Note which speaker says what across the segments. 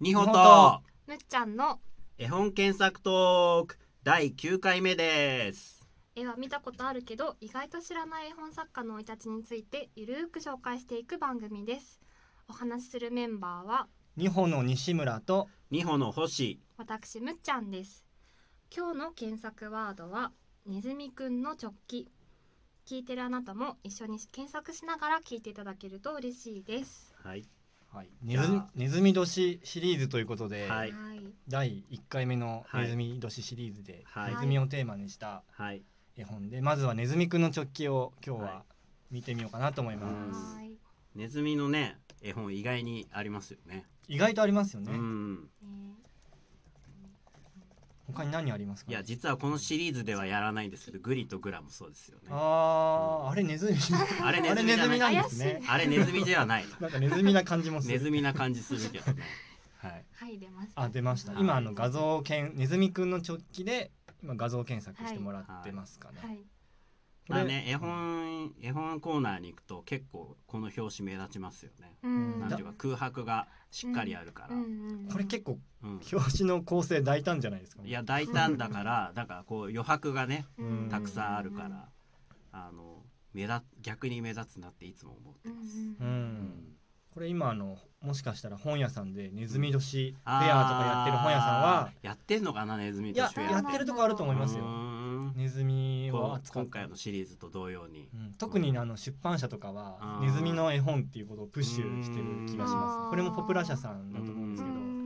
Speaker 1: ニホ
Speaker 2: ニホ
Speaker 1: と
Speaker 3: むっちゃんの
Speaker 1: 絵本検索トーク第9回目です
Speaker 3: 絵は見たことあるけど意外と知らない絵本作家の生い立ちについてゆるーく紹介していく番組ですお話しするメンバーは
Speaker 2: 二歩の西村と
Speaker 1: ニホの星
Speaker 3: 私むっちゃんです今日の検索ワードはネズミくんの直帰聞いてるあなたも一緒に検索しながら聞いていただけると嬉しいです
Speaker 1: はい
Speaker 2: はい、ネズ
Speaker 1: いやー
Speaker 2: ミネズミ年シリーズということで、
Speaker 1: はい
Speaker 2: 第1回目の
Speaker 1: はい
Speaker 2: ネズミ年シリーズで、
Speaker 1: はい
Speaker 2: ネズミをテーマにした
Speaker 1: はい
Speaker 2: 絵本でまずはネズミくんの直帰を今日
Speaker 1: は
Speaker 2: は見てみようかなと思います、
Speaker 3: はいね
Speaker 1: ネズミのね絵本意外にありますよね
Speaker 2: 意外とありますよね、
Speaker 1: うん
Speaker 2: 他に何ありますか
Speaker 1: いや実はこのシリーズではやらないんですけどグリとグラもそうですよねあ
Speaker 2: あ
Speaker 1: う
Speaker 2: ー
Speaker 1: ん
Speaker 2: あれネ ズミ
Speaker 1: れネズ
Speaker 2: あれ
Speaker 1: ミ
Speaker 2: ネ
Speaker 1: じゃ
Speaker 2: ズ
Speaker 1: な
Speaker 2: ミ
Speaker 1: い
Speaker 2: な
Speaker 1: なん
Speaker 2: です
Speaker 3: 怪しい
Speaker 2: ね
Speaker 3: ね
Speaker 1: あれネズミでは ない
Speaker 2: なんかネズミな感じもする
Speaker 1: ネズミな感じするけどねはい
Speaker 3: はい出ました
Speaker 2: あ出ました
Speaker 1: はい
Speaker 2: 今あの画像検ネズミくんの直帰で今画像検索してもらってますかね、
Speaker 3: はい
Speaker 2: こ
Speaker 1: ま
Speaker 2: れ
Speaker 1: あね絵本絵本コーナーに行くと結構この表紙目立ちますよね
Speaker 3: うん
Speaker 1: なんていうか空白がしっかりあるから
Speaker 3: うんうんうん
Speaker 2: これ結構
Speaker 1: うん
Speaker 2: 表紙の構成大胆じゃないですか、
Speaker 1: いや大胆だから だからこう余白がね
Speaker 2: うん
Speaker 1: たくさんあるから、あの目立逆に目立つなっていつも思って
Speaker 3: うんう
Speaker 1: ます。
Speaker 3: ん
Speaker 2: う、
Speaker 1: うんん
Speaker 2: これ今あのもしかしたら本屋さんでネズミ年フェアとかやってる本屋さんは
Speaker 1: あーやってんのかなネズミ
Speaker 2: い
Speaker 1: と
Speaker 2: や
Speaker 1: シェア
Speaker 2: やってるとこあると思います
Speaker 1: うー
Speaker 2: よ
Speaker 1: ん
Speaker 2: ネズミを
Speaker 1: こう
Speaker 2: 扱っ
Speaker 1: 今
Speaker 2: た
Speaker 1: 回のシリーズと同様に
Speaker 2: う、ん、特にあの出版社とかは
Speaker 1: あー
Speaker 2: ネズミの絵本っていうことをプッシュしてる気がします
Speaker 3: うん
Speaker 2: これもポプラ社さんだと思うんですけど
Speaker 3: うん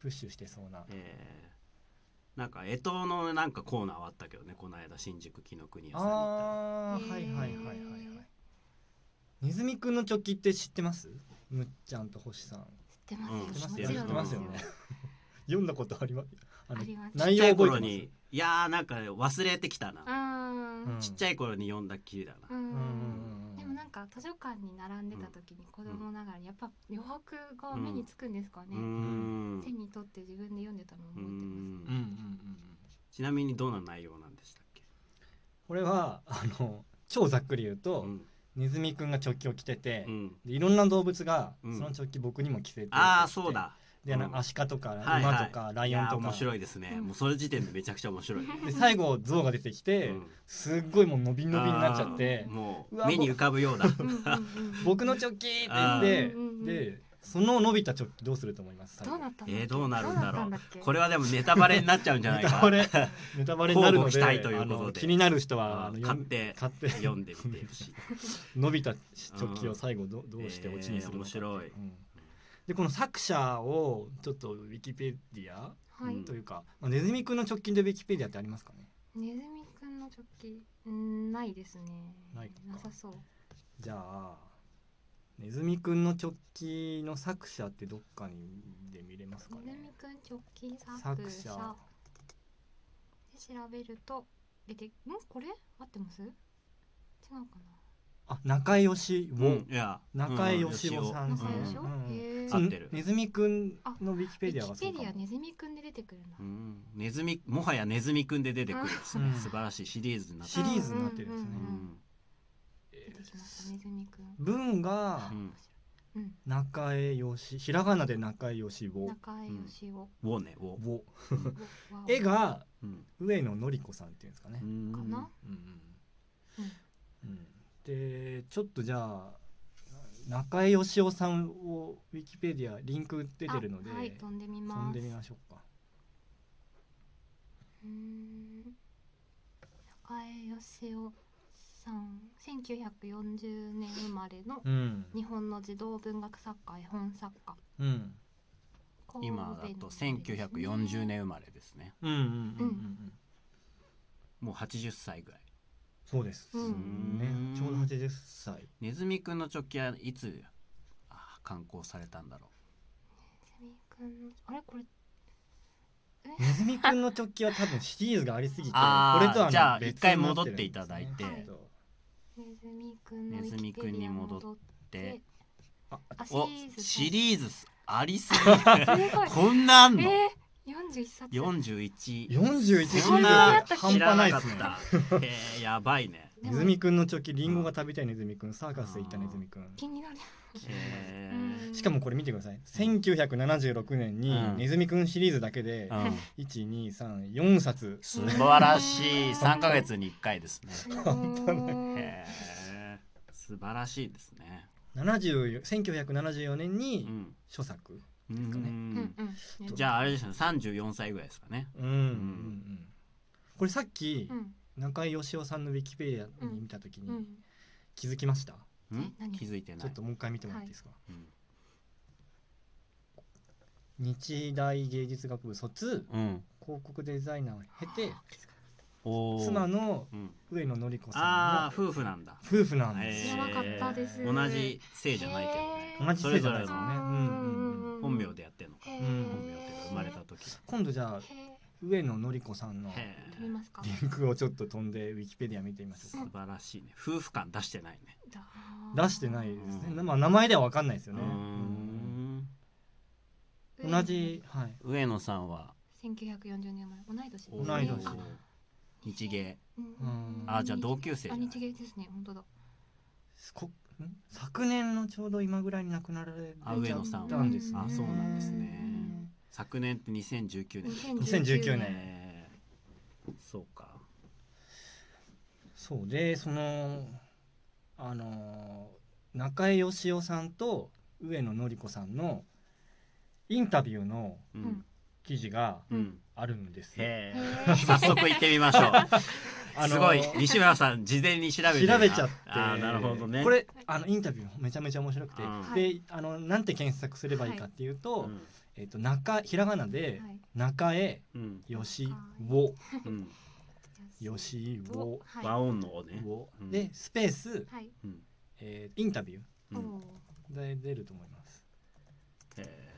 Speaker 2: プッシュしてそうな
Speaker 1: えーなんか江東のなんかコーナーはあったけどねこの間新宿紀ノ国屋さんに行ったら
Speaker 2: あー
Speaker 3: へー
Speaker 2: はいはいはいはいはいネズミくんのチョッキって知ってますむっちゃんと星さん
Speaker 3: 出ま
Speaker 1: うん
Speaker 2: 知ってますす
Speaker 3: よ
Speaker 2: よ
Speaker 1: 知って
Speaker 2: ね知って
Speaker 1: ま
Speaker 2: ますす
Speaker 1: よ
Speaker 2: よね 読んだことありますあの
Speaker 3: ありま
Speaker 1: ちっ
Speaker 3: す
Speaker 2: 内
Speaker 1: ちゃい
Speaker 2: 容覚え
Speaker 1: 頃
Speaker 2: てま
Speaker 1: にいやーなんか忘れてきたな、
Speaker 3: うん
Speaker 2: うん
Speaker 1: ちっちゃい頃に読んだっきりだな、
Speaker 3: う
Speaker 2: すうん
Speaker 3: ん
Speaker 2: うんうんうん
Speaker 3: でもなんか図書館に並んでた時に子供ながらにやっぱ余白が目につくんですか
Speaker 1: うー
Speaker 3: ね、
Speaker 1: ん
Speaker 3: 手に取って自分で読んでたのを
Speaker 1: うー
Speaker 3: 覚えてま
Speaker 1: ん
Speaker 2: う
Speaker 3: す
Speaker 2: んうんうん
Speaker 1: ちなみにどんな内容なんでしたっけ、
Speaker 2: これはあの超ざっくり言うと、
Speaker 1: うん
Speaker 2: ネズミくんがチョッキを着てて、
Speaker 1: うん
Speaker 2: でいろんな動物がそ
Speaker 1: うん
Speaker 2: のチョッキ僕にも着せてて、
Speaker 1: ああそうだ
Speaker 2: であの
Speaker 1: うん
Speaker 2: アシカとか
Speaker 1: はいはい
Speaker 2: 馬とかライオンと
Speaker 1: いやー面
Speaker 2: か、
Speaker 1: 白いですね、
Speaker 3: うん
Speaker 1: もうそれ時点でめちゃくちゃ面白 いね、
Speaker 2: で最後象が出てきて、
Speaker 1: うん
Speaker 2: すっごいもう伸び伸びになっちゃって
Speaker 1: あーも
Speaker 2: う
Speaker 1: う
Speaker 2: わ
Speaker 1: 目に浮かぶようだ
Speaker 3: うんうんうんうん
Speaker 2: 僕のチョッキって言って
Speaker 3: あー
Speaker 2: でその伸びたチョッキどうすると思います最
Speaker 3: ど
Speaker 2: 後
Speaker 3: うなったの
Speaker 1: えーどうなるんだろう
Speaker 3: どなったっけ
Speaker 1: これはでもネタバレになっちゃうんじゃな
Speaker 2: ネ
Speaker 1: いか
Speaker 2: タバレネタバレになるの
Speaker 1: 乞
Speaker 2: で
Speaker 1: うご期待ということで
Speaker 2: あの気になる人は
Speaker 1: あ
Speaker 2: あの
Speaker 1: ー
Speaker 2: よ
Speaker 1: 買って
Speaker 2: 買って
Speaker 1: 読んでみてほしい
Speaker 2: 伸びたチョッキを最後どどうしてオチにするのかってう
Speaker 1: えー面白い
Speaker 2: うんでこの作者をちょっとウィキペディア
Speaker 3: はい、
Speaker 1: うん
Speaker 2: というか、まあ、ネズミくんの直近でウィキペディアってありますかね
Speaker 3: ネズミくんの直帰うんないですね
Speaker 2: ないか
Speaker 3: さそう
Speaker 2: じゃあネズミくんの直近の作者ってどっかにで見れますか
Speaker 3: ネズミ
Speaker 2: ね
Speaker 3: くん直帰作
Speaker 2: 作
Speaker 3: 者
Speaker 2: 者
Speaker 3: で調べると出てんこれ合ってます違うか
Speaker 2: あ中井義
Speaker 1: う
Speaker 2: 雄、
Speaker 1: んいや
Speaker 2: 中井義雄さ
Speaker 3: なん仲良
Speaker 1: うん
Speaker 3: しよ
Speaker 2: うん
Speaker 3: へえ
Speaker 2: その
Speaker 1: 合ってる
Speaker 2: ネズミくんのウィキペディアは
Speaker 3: キ
Speaker 2: そ
Speaker 3: ペ
Speaker 2: うか
Speaker 3: ディア
Speaker 2: も
Speaker 3: ネズミくんで出てくるな
Speaker 1: う。んネズミもはやネズミくんで出てくるですね
Speaker 2: うん
Speaker 1: 素晴らしいシリーズになって
Speaker 2: シ
Speaker 1: る
Speaker 2: リーズになってるんですね
Speaker 3: うんうんうんうん
Speaker 2: え
Speaker 3: 出て
Speaker 2: ー
Speaker 3: きましたネズミくん。
Speaker 2: 文が
Speaker 1: うん
Speaker 3: うん。
Speaker 2: 中江義ひらがなで中江義雄
Speaker 3: 中井義雄。
Speaker 1: 「を」ね「を
Speaker 2: を
Speaker 3: わお
Speaker 2: 絵が」
Speaker 1: うん
Speaker 2: 上野のり子さんっていうんですかね、
Speaker 3: かな。
Speaker 2: うん
Speaker 3: うん
Speaker 2: うんでちょっとじゃあ中江義雄さんをウィキペディアリンク出てるので、
Speaker 3: あはい飛んでみ
Speaker 2: 飛ん
Speaker 3: ます。
Speaker 2: でみ
Speaker 3: う
Speaker 2: ましょうか
Speaker 3: ーん。中井義雄さん、1940年生まれの
Speaker 2: うん、
Speaker 3: 日本の児童文学作家、絵本作家。
Speaker 2: うん、
Speaker 1: 今だと
Speaker 3: 神戸の
Speaker 1: 1940。
Speaker 3: 生まれですね
Speaker 1: 年生まれですね
Speaker 2: うんうんうんうんう
Speaker 3: うん
Speaker 1: もう80歳ぐらい
Speaker 2: そうです、
Speaker 3: うん
Speaker 2: ね、ちょうど80歳
Speaker 1: ネズミくんの直帰はいつあ刊行されたんだろ
Speaker 3: ネズミくんの、あれこれ。
Speaker 2: ネズミくんの直帰は多分シリーズがありすぎて
Speaker 1: あー
Speaker 2: これとは
Speaker 1: じゃあ
Speaker 2: 別
Speaker 1: 一回
Speaker 2: になるん
Speaker 1: 戻っていただいて
Speaker 2: ですね
Speaker 3: ネズミくんの。
Speaker 1: ネズミくんに戻っ。うで
Speaker 3: で、
Speaker 2: あ
Speaker 3: あシ
Speaker 1: お
Speaker 3: リーズ
Speaker 1: シリーズありすぎる
Speaker 3: 最後 す
Speaker 1: こんなあん
Speaker 3: ごい。
Speaker 1: の
Speaker 3: ええー、41冊。
Speaker 1: 41
Speaker 2: 41シリー
Speaker 1: そん
Speaker 2: ズ
Speaker 1: な
Speaker 2: 半
Speaker 1: 知ら
Speaker 2: 端な
Speaker 1: ないか
Speaker 2: で
Speaker 1: っ
Speaker 2: すね
Speaker 1: たえーやばいね
Speaker 3: で
Speaker 2: ネ
Speaker 3: も
Speaker 2: ズミくんのチョキリンゴが食べたいネズミくんサーカス行ったネズミくん
Speaker 3: 気になる。
Speaker 1: え
Speaker 3: う
Speaker 1: ー
Speaker 3: ん
Speaker 2: しかもこれ見てください1976年に
Speaker 1: うん
Speaker 2: ネズミくんシリーズだけで
Speaker 1: うん
Speaker 2: 1234冊
Speaker 1: 素晴らしい3ヶ月に1回ですね
Speaker 3: ね。
Speaker 1: へえ素晴らしいですね
Speaker 2: 70 1974年
Speaker 1: う
Speaker 2: に
Speaker 1: ん
Speaker 2: 初作
Speaker 1: う
Speaker 2: すかね
Speaker 3: うんんうん。
Speaker 1: じゃああれですね34歳ぐらいですかね
Speaker 2: うんうんうんこれさっき
Speaker 3: うん
Speaker 2: 中井義雄さんのウィキペディアに見た時
Speaker 3: う
Speaker 2: に
Speaker 3: ん。
Speaker 2: 気づきました
Speaker 1: ん
Speaker 3: え何
Speaker 1: 気づいて
Speaker 2: ち
Speaker 1: な
Speaker 2: ょ
Speaker 1: い
Speaker 2: っともう一回見てもらっていいですか
Speaker 1: うん
Speaker 2: 日大芸術学部卒
Speaker 1: うん
Speaker 2: 広告デザイナーを経て
Speaker 1: おー
Speaker 2: 妻の
Speaker 1: うん
Speaker 2: 上野紀子
Speaker 1: あ
Speaker 2: さ
Speaker 1: あ夫婦なんだ
Speaker 2: んの夫婦なんです
Speaker 1: へ
Speaker 3: 知らなかったです。
Speaker 1: 同じ姓じゃないけどね
Speaker 3: へー
Speaker 2: 同じ
Speaker 1: それ
Speaker 2: 世
Speaker 1: ぞ
Speaker 2: 代
Speaker 1: れ
Speaker 2: です
Speaker 1: の
Speaker 2: よね
Speaker 3: あー
Speaker 2: うんうんうん
Speaker 3: うん
Speaker 1: 本名でやってんのか
Speaker 3: へー
Speaker 2: うん
Speaker 1: 本名っていうか生まれた時
Speaker 2: 今度じゃあ
Speaker 3: へ
Speaker 2: 上野紀子さんの
Speaker 1: へ
Speaker 3: ー見
Speaker 1: え
Speaker 3: ますか。
Speaker 2: リンクをちょっと飛んでウィキペディア見てみまし
Speaker 1: 素
Speaker 2: ょう
Speaker 1: 晴らしいね夫婦感出してないね
Speaker 3: だ
Speaker 2: か出してないですね、
Speaker 1: うん
Speaker 2: まあ名前では分かんないです
Speaker 1: う
Speaker 2: よ
Speaker 1: ー
Speaker 2: ね、うん
Speaker 1: ん
Speaker 2: 同じ。はい
Speaker 1: 上野さんは
Speaker 3: 1940年生まれ同い年ですね。
Speaker 2: 同い年
Speaker 3: あ
Speaker 1: 日芸
Speaker 3: うん
Speaker 1: あじゃあ同級生じ
Speaker 3: あ
Speaker 1: ゃない
Speaker 3: 日芸ですね本当だ。
Speaker 2: すこん昨年のちょうど今ぐらいに亡くなられ
Speaker 1: あ上野さんは
Speaker 2: たんですね
Speaker 1: あそうなんですね
Speaker 3: うん
Speaker 1: 昨年って2019年ですね
Speaker 2: 2019年
Speaker 1: えーそうか
Speaker 2: そうでそのあのー中江義雄さんと上野紀子さんのインタビューの
Speaker 1: う
Speaker 3: うん
Speaker 1: ん、
Speaker 2: 記事が
Speaker 1: うん、
Speaker 2: あるんですよ
Speaker 1: へ
Speaker 3: へ
Speaker 1: え
Speaker 3: ー
Speaker 1: 早速行ってみましょう
Speaker 2: あの
Speaker 1: すごい西村さん事前に調べて
Speaker 2: 調べちゃって
Speaker 1: あーなるほどね
Speaker 2: これあのインタビューめちゃめちゃ面白くて、
Speaker 1: うん
Speaker 2: であのなんて検索すればいいかっていうと,、
Speaker 1: うん
Speaker 2: えっと中ひらがな で
Speaker 3: はい
Speaker 2: 中江
Speaker 1: うん
Speaker 2: 義雄
Speaker 1: うん
Speaker 2: 義雄
Speaker 3: お
Speaker 1: 和
Speaker 3: は
Speaker 1: 音のねうん
Speaker 2: でスペース
Speaker 3: い、はい。
Speaker 1: うん
Speaker 2: えーインタビュ
Speaker 1: う
Speaker 3: お
Speaker 1: ん
Speaker 2: ー
Speaker 3: ー
Speaker 2: で出ると思います。
Speaker 1: へえ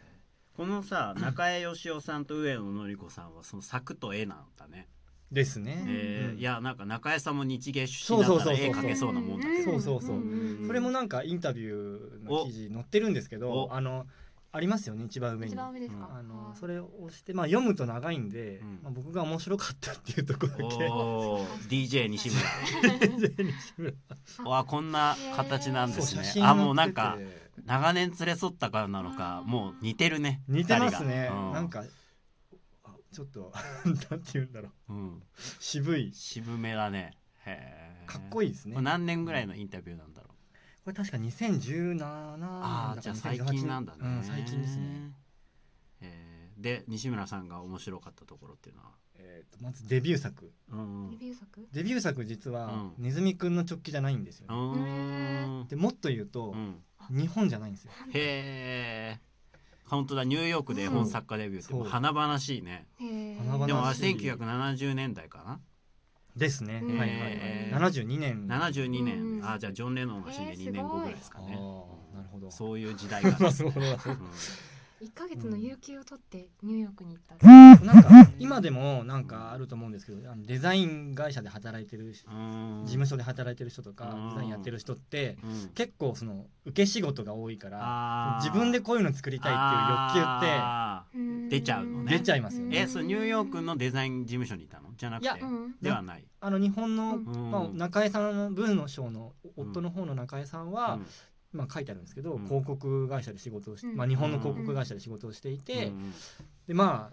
Speaker 1: このさ中江義雄さんと上野紀子さんはその作と絵なんだね、
Speaker 2: ですね。
Speaker 1: えー
Speaker 2: うん
Speaker 1: いやなんか中江さんも日芸出身だったら絵描けそうなもんだけど
Speaker 2: そうそうそうん
Speaker 3: んん
Speaker 2: それもなんかインタビューの記事載ってるんですけど
Speaker 1: お
Speaker 2: あのありますよね一番上に
Speaker 3: 一。番上ですか。
Speaker 2: あのそ
Speaker 3: れ
Speaker 2: れを押して、まあ、読むと長いんで、
Speaker 1: うん
Speaker 2: まあ、僕が面白かったっていうところだけ
Speaker 1: おー DJ 西村わあこんな形なんで
Speaker 2: そう
Speaker 1: す
Speaker 2: 写
Speaker 1: ね
Speaker 2: 真
Speaker 1: あ
Speaker 2: 載ってて
Speaker 1: もうなんか長年連れ添ったからなのかもう似てるね
Speaker 2: 似てます
Speaker 1: 二
Speaker 2: ね
Speaker 1: 人が、うん
Speaker 2: なんかあちょっと なんて言うんだろう
Speaker 1: うん、
Speaker 2: 渋い
Speaker 1: 渋めだねへえ
Speaker 2: かっこいいですね
Speaker 1: これ何年ぐらいのインタビューなんだろう
Speaker 2: これ確か2017年だか
Speaker 1: ああじゃあ最近なんだね、
Speaker 2: うん最近ですね、
Speaker 1: えーで西村さんが面白かったところっていうのは
Speaker 2: えーとまずデビュー作
Speaker 1: うん
Speaker 3: レビュー作。
Speaker 2: デビュー作実は、
Speaker 1: うん
Speaker 2: ネズミくんの直帰じゃないんですよ、
Speaker 1: う
Speaker 2: ね
Speaker 1: ん
Speaker 2: でもっと言うと
Speaker 1: う、ん
Speaker 2: 日本じゃないんですよ
Speaker 1: へえ本当だニューヨークで絵本作家デビューって
Speaker 2: そう
Speaker 1: もう華々しいね
Speaker 3: へー
Speaker 2: 華々
Speaker 1: でもあれ
Speaker 2: しい
Speaker 1: 1970年代かな
Speaker 2: ですね、
Speaker 3: う
Speaker 2: は
Speaker 3: ん
Speaker 2: いはい
Speaker 1: へー
Speaker 2: はい72年
Speaker 1: 72年、
Speaker 3: うん
Speaker 1: あじゃあジョン・レノンが死んで
Speaker 3: えー
Speaker 1: 2年後ぐらいですか
Speaker 2: あ
Speaker 1: ね、
Speaker 2: ー なるほど
Speaker 1: そういう時代があるんですね
Speaker 3: 一ヶ月の有給を取ってニューヨークに行った。
Speaker 2: なんか今でもなんかあると思うんですけどあのデザイン会社で働いてる人
Speaker 1: うん
Speaker 2: 事務所で働いてる人とか
Speaker 1: うん
Speaker 2: デザインやってる人って
Speaker 1: うん
Speaker 2: 結構その受け仕事が多いから
Speaker 1: あー
Speaker 2: 自分でこういうの作りたいっていう欲求って
Speaker 1: あー出ちゃうのね
Speaker 2: 出ちゃいますよね
Speaker 1: えそうニューヨークのデザイン事務所にいたのじゃなくて
Speaker 2: いや
Speaker 3: うん
Speaker 1: ではない、
Speaker 2: あの日本の、
Speaker 1: うん
Speaker 2: まあ、中江さんの文の章のお
Speaker 1: うん
Speaker 2: 夫の方の中江さんは、
Speaker 1: うん
Speaker 2: まあ、書いてあるんですけ
Speaker 1: う
Speaker 2: ど、
Speaker 1: ん
Speaker 2: 広告会社で仕事をし、
Speaker 3: うん
Speaker 2: まあ、日本の広告会社で仕事をしていて、
Speaker 1: うん
Speaker 2: でま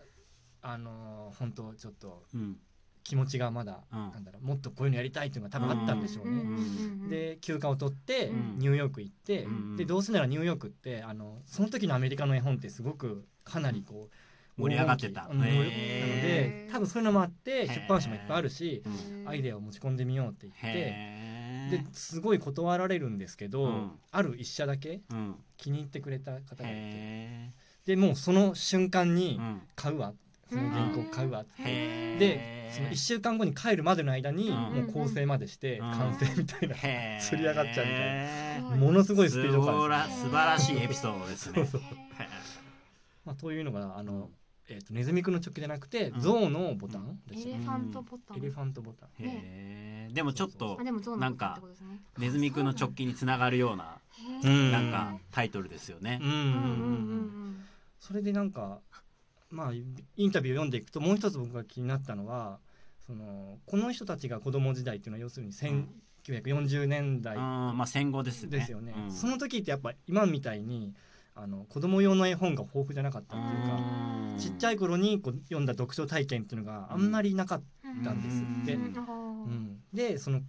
Speaker 2: ああのー本当ちょっと
Speaker 1: うん
Speaker 2: 気持ちがまだ、
Speaker 1: うん
Speaker 2: なんだろうもっとこういうのやりたいっていうのが多分あったんでしょうね。
Speaker 1: ん
Speaker 2: で休暇を取って
Speaker 1: うん
Speaker 2: ニューヨーク行って、
Speaker 1: うん
Speaker 2: でどうせならニューヨークってあのその時のアメリカの絵本ってすごくかなりこう
Speaker 1: 盛り上がってた
Speaker 2: 黄金期うん
Speaker 1: へ
Speaker 2: なの
Speaker 3: ー
Speaker 2: で多分そういうのもあっ
Speaker 1: へ
Speaker 2: て
Speaker 1: ー
Speaker 2: 出版社もいっぱいあるし
Speaker 1: うん
Speaker 2: アイデアを持ち込んでみようって言って
Speaker 1: へえ
Speaker 2: ですごい断られるんですけど、
Speaker 1: うん
Speaker 2: ある一社だけ
Speaker 1: うん
Speaker 2: 気に入ってくれた方がいて
Speaker 1: へ
Speaker 2: でもうその瞬間
Speaker 1: え
Speaker 2: に
Speaker 1: うん
Speaker 2: 買うわその原稿買うわ
Speaker 1: へー
Speaker 2: でその1週間後に帰るまでの間に
Speaker 1: うん
Speaker 2: もう構成までして
Speaker 1: うん
Speaker 2: 完成みたいな
Speaker 1: へえ
Speaker 2: 釣り上がっちゃうみたい
Speaker 3: うん
Speaker 2: ものすごいス
Speaker 1: す
Speaker 2: ピード
Speaker 1: ご
Speaker 2: 感
Speaker 1: ら
Speaker 2: ですね
Speaker 1: 素晴らしいエピソードですね
Speaker 2: そうそう
Speaker 1: へ
Speaker 2: まあ、というのがあ
Speaker 1: え
Speaker 2: の、えー、とネズミくんの直じゃなくて、
Speaker 1: うん
Speaker 2: 象のボタンで
Speaker 3: エレ
Speaker 2: すよ
Speaker 3: フ
Speaker 2: ね、
Speaker 3: ァントボタン。
Speaker 2: エレファントボタン
Speaker 1: へえでもちょっと
Speaker 3: あでもゾウのボタンってことですね。
Speaker 1: ネズミくんの直近につながるような
Speaker 3: へー
Speaker 1: なんかタイトルですよね
Speaker 2: うんうんう
Speaker 3: う
Speaker 2: ん
Speaker 3: んうんうん
Speaker 2: う
Speaker 3: うんん。
Speaker 2: それでなんかまあインタビューを読んでいくともう一つ僕が気になったのはそのこの人たちが子供時代っていうのは要するに戦,、
Speaker 1: うん
Speaker 2: 1940年代
Speaker 1: うんまあ戦後ですね
Speaker 2: ですよね、
Speaker 1: うん
Speaker 2: その時ってやっぱ今みたいにあの子供用の絵本が豊富じゃなかったっていうか、
Speaker 1: うん
Speaker 2: ちっちゃい頃にこう読んだ読書体験っていうのがあんまりなかった、
Speaker 1: たんですって
Speaker 3: うんあ
Speaker 2: うん
Speaker 3: ー
Speaker 2: でその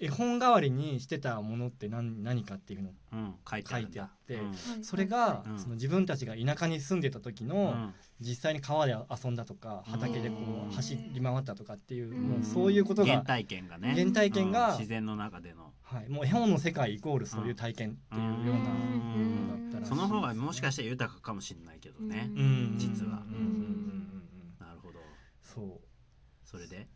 Speaker 2: 絵本代わりにしてたものって何何かっていうのを
Speaker 1: うん書いて
Speaker 2: 書
Speaker 1: あ
Speaker 2: い
Speaker 1: るん
Speaker 2: てあ
Speaker 1: だ
Speaker 2: って、
Speaker 1: うん
Speaker 3: はい
Speaker 2: それが、
Speaker 1: うん
Speaker 2: その自分たちが田舎に住んでた時
Speaker 1: う
Speaker 2: の、
Speaker 1: ん
Speaker 2: 実際に川で遊んだとか
Speaker 1: うん
Speaker 2: 畑でこ
Speaker 1: うん
Speaker 2: う走り回ったとかっていう、
Speaker 3: うん
Speaker 2: もうそういうこと
Speaker 1: 原
Speaker 2: が、
Speaker 1: 体験がね
Speaker 2: 原体験
Speaker 1: うん
Speaker 2: が
Speaker 1: 自然の中での
Speaker 2: はい、もう絵本の世界イコールそういう体験っていうような、
Speaker 1: うん
Speaker 2: ものだったらしい
Speaker 1: その方がもしかして豊かかもしれないけどね
Speaker 3: うん
Speaker 2: うん
Speaker 1: 実は
Speaker 2: うんうんうんうん
Speaker 1: なるほど
Speaker 2: そう
Speaker 1: それで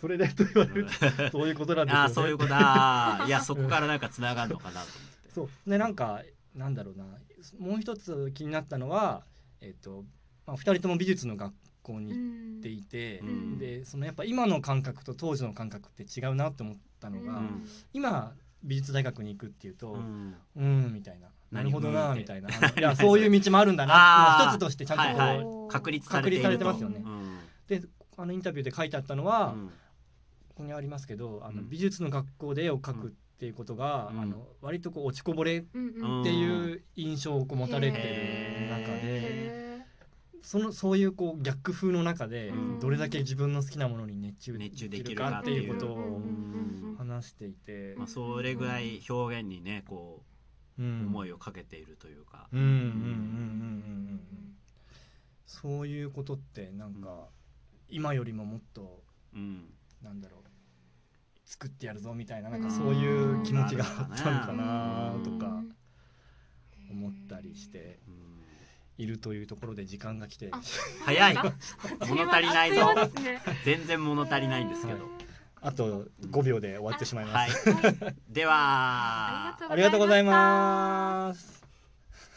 Speaker 2: それでと言われるとそういうことなんですよ
Speaker 1: ああ
Speaker 2: ね
Speaker 1: そういうことだいやそこからなんかつながるのかなと
Speaker 2: そうでなんかなんだろうなもう一つ気になったのはえっ、と、まあ、2人とも美術の学校に行っていて
Speaker 1: う、ん
Speaker 2: でそのやっぱ今の感覚と当時の感覚って違うなって思ったのが、
Speaker 1: うん
Speaker 2: 今美術大学に行くっていうと、
Speaker 1: 思って
Speaker 2: うーんみたいなな
Speaker 1: 何
Speaker 2: るほど
Speaker 1: うん
Speaker 2: な
Speaker 1: って
Speaker 2: みたいなあのいやそういう道もあるんだ
Speaker 1: あ
Speaker 2: な
Speaker 1: ー
Speaker 2: まあ一つとしてちゃんとこう、
Speaker 1: はいはい
Speaker 3: おー
Speaker 1: 確立されている
Speaker 2: 確立されてますよね
Speaker 1: うん
Speaker 2: であのインタビューで書いてあったのは、
Speaker 1: うん
Speaker 2: ここにありますけどあの、
Speaker 1: うん
Speaker 2: 美術の学校で絵を描くっていうことが、
Speaker 1: うん
Speaker 2: あの割とこう落ちこぼれっ
Speaker 3: うんうん
Speaker 1: うん
Speaker 2: ていう印象をこう持たれてる中で、
Speaker 3: へ
Speaker 2: そのそういうこう逆風の中で、
Speaker 1: うん
Speaker 2: どれだけ自分の好きなものに熱中
Speaker 1: 熱中で
Speaker 2: で
Speaker 1: き
Speaker 2: き
Speaker 1: る
Speaker 2: る
Speaker 1: か
Speaker 2: か
Speaker 1: っ
Speaker 2: ってて
Speaker 1: い
Speaker 2: いううことを
Speaker 1: うん
Speaker 2: 話していて
Speaker 1: まあ、それぐらい表現にねこう思
Speaker 2: い
Speaker 1: いをかけているというか、
Speaker 2: うんうんうんうんうん
Speaker 3: ー
Speaker 2: うんそういうことってなんか、今よりももっと
Speaker 1: うん、
Speaker 2: なんだろう作ってやるぞみたいななん
Speaker 3: う
Speaker 2: か
Speaker 3: ん
Speaker 2: そういう気持ちが
Speaker 1: あるの
Speaker 2: あ
Speaker 1: かな
Speaker 2: ったのかなと
Speaker 3: う
Speaker 2: か
Speaker 3: ん
Speaker 2: 思ったりして
Speaker 1: うん
Speaker 2: いるというところで時間が来て
Speaker 3: あ
Speaker 1: 早い
Speaker 3: あ
Speaker 1: 物足りないぞ
Speaker 3: あっという間ですね
Speaker 1: 全然物足りないんですけど、
Speaker 2: あと5秒で終わってしまいます。
Speaker 1: はい、では
Speaker 3: ありがとうございました
Speaker 2: ありがとうございます。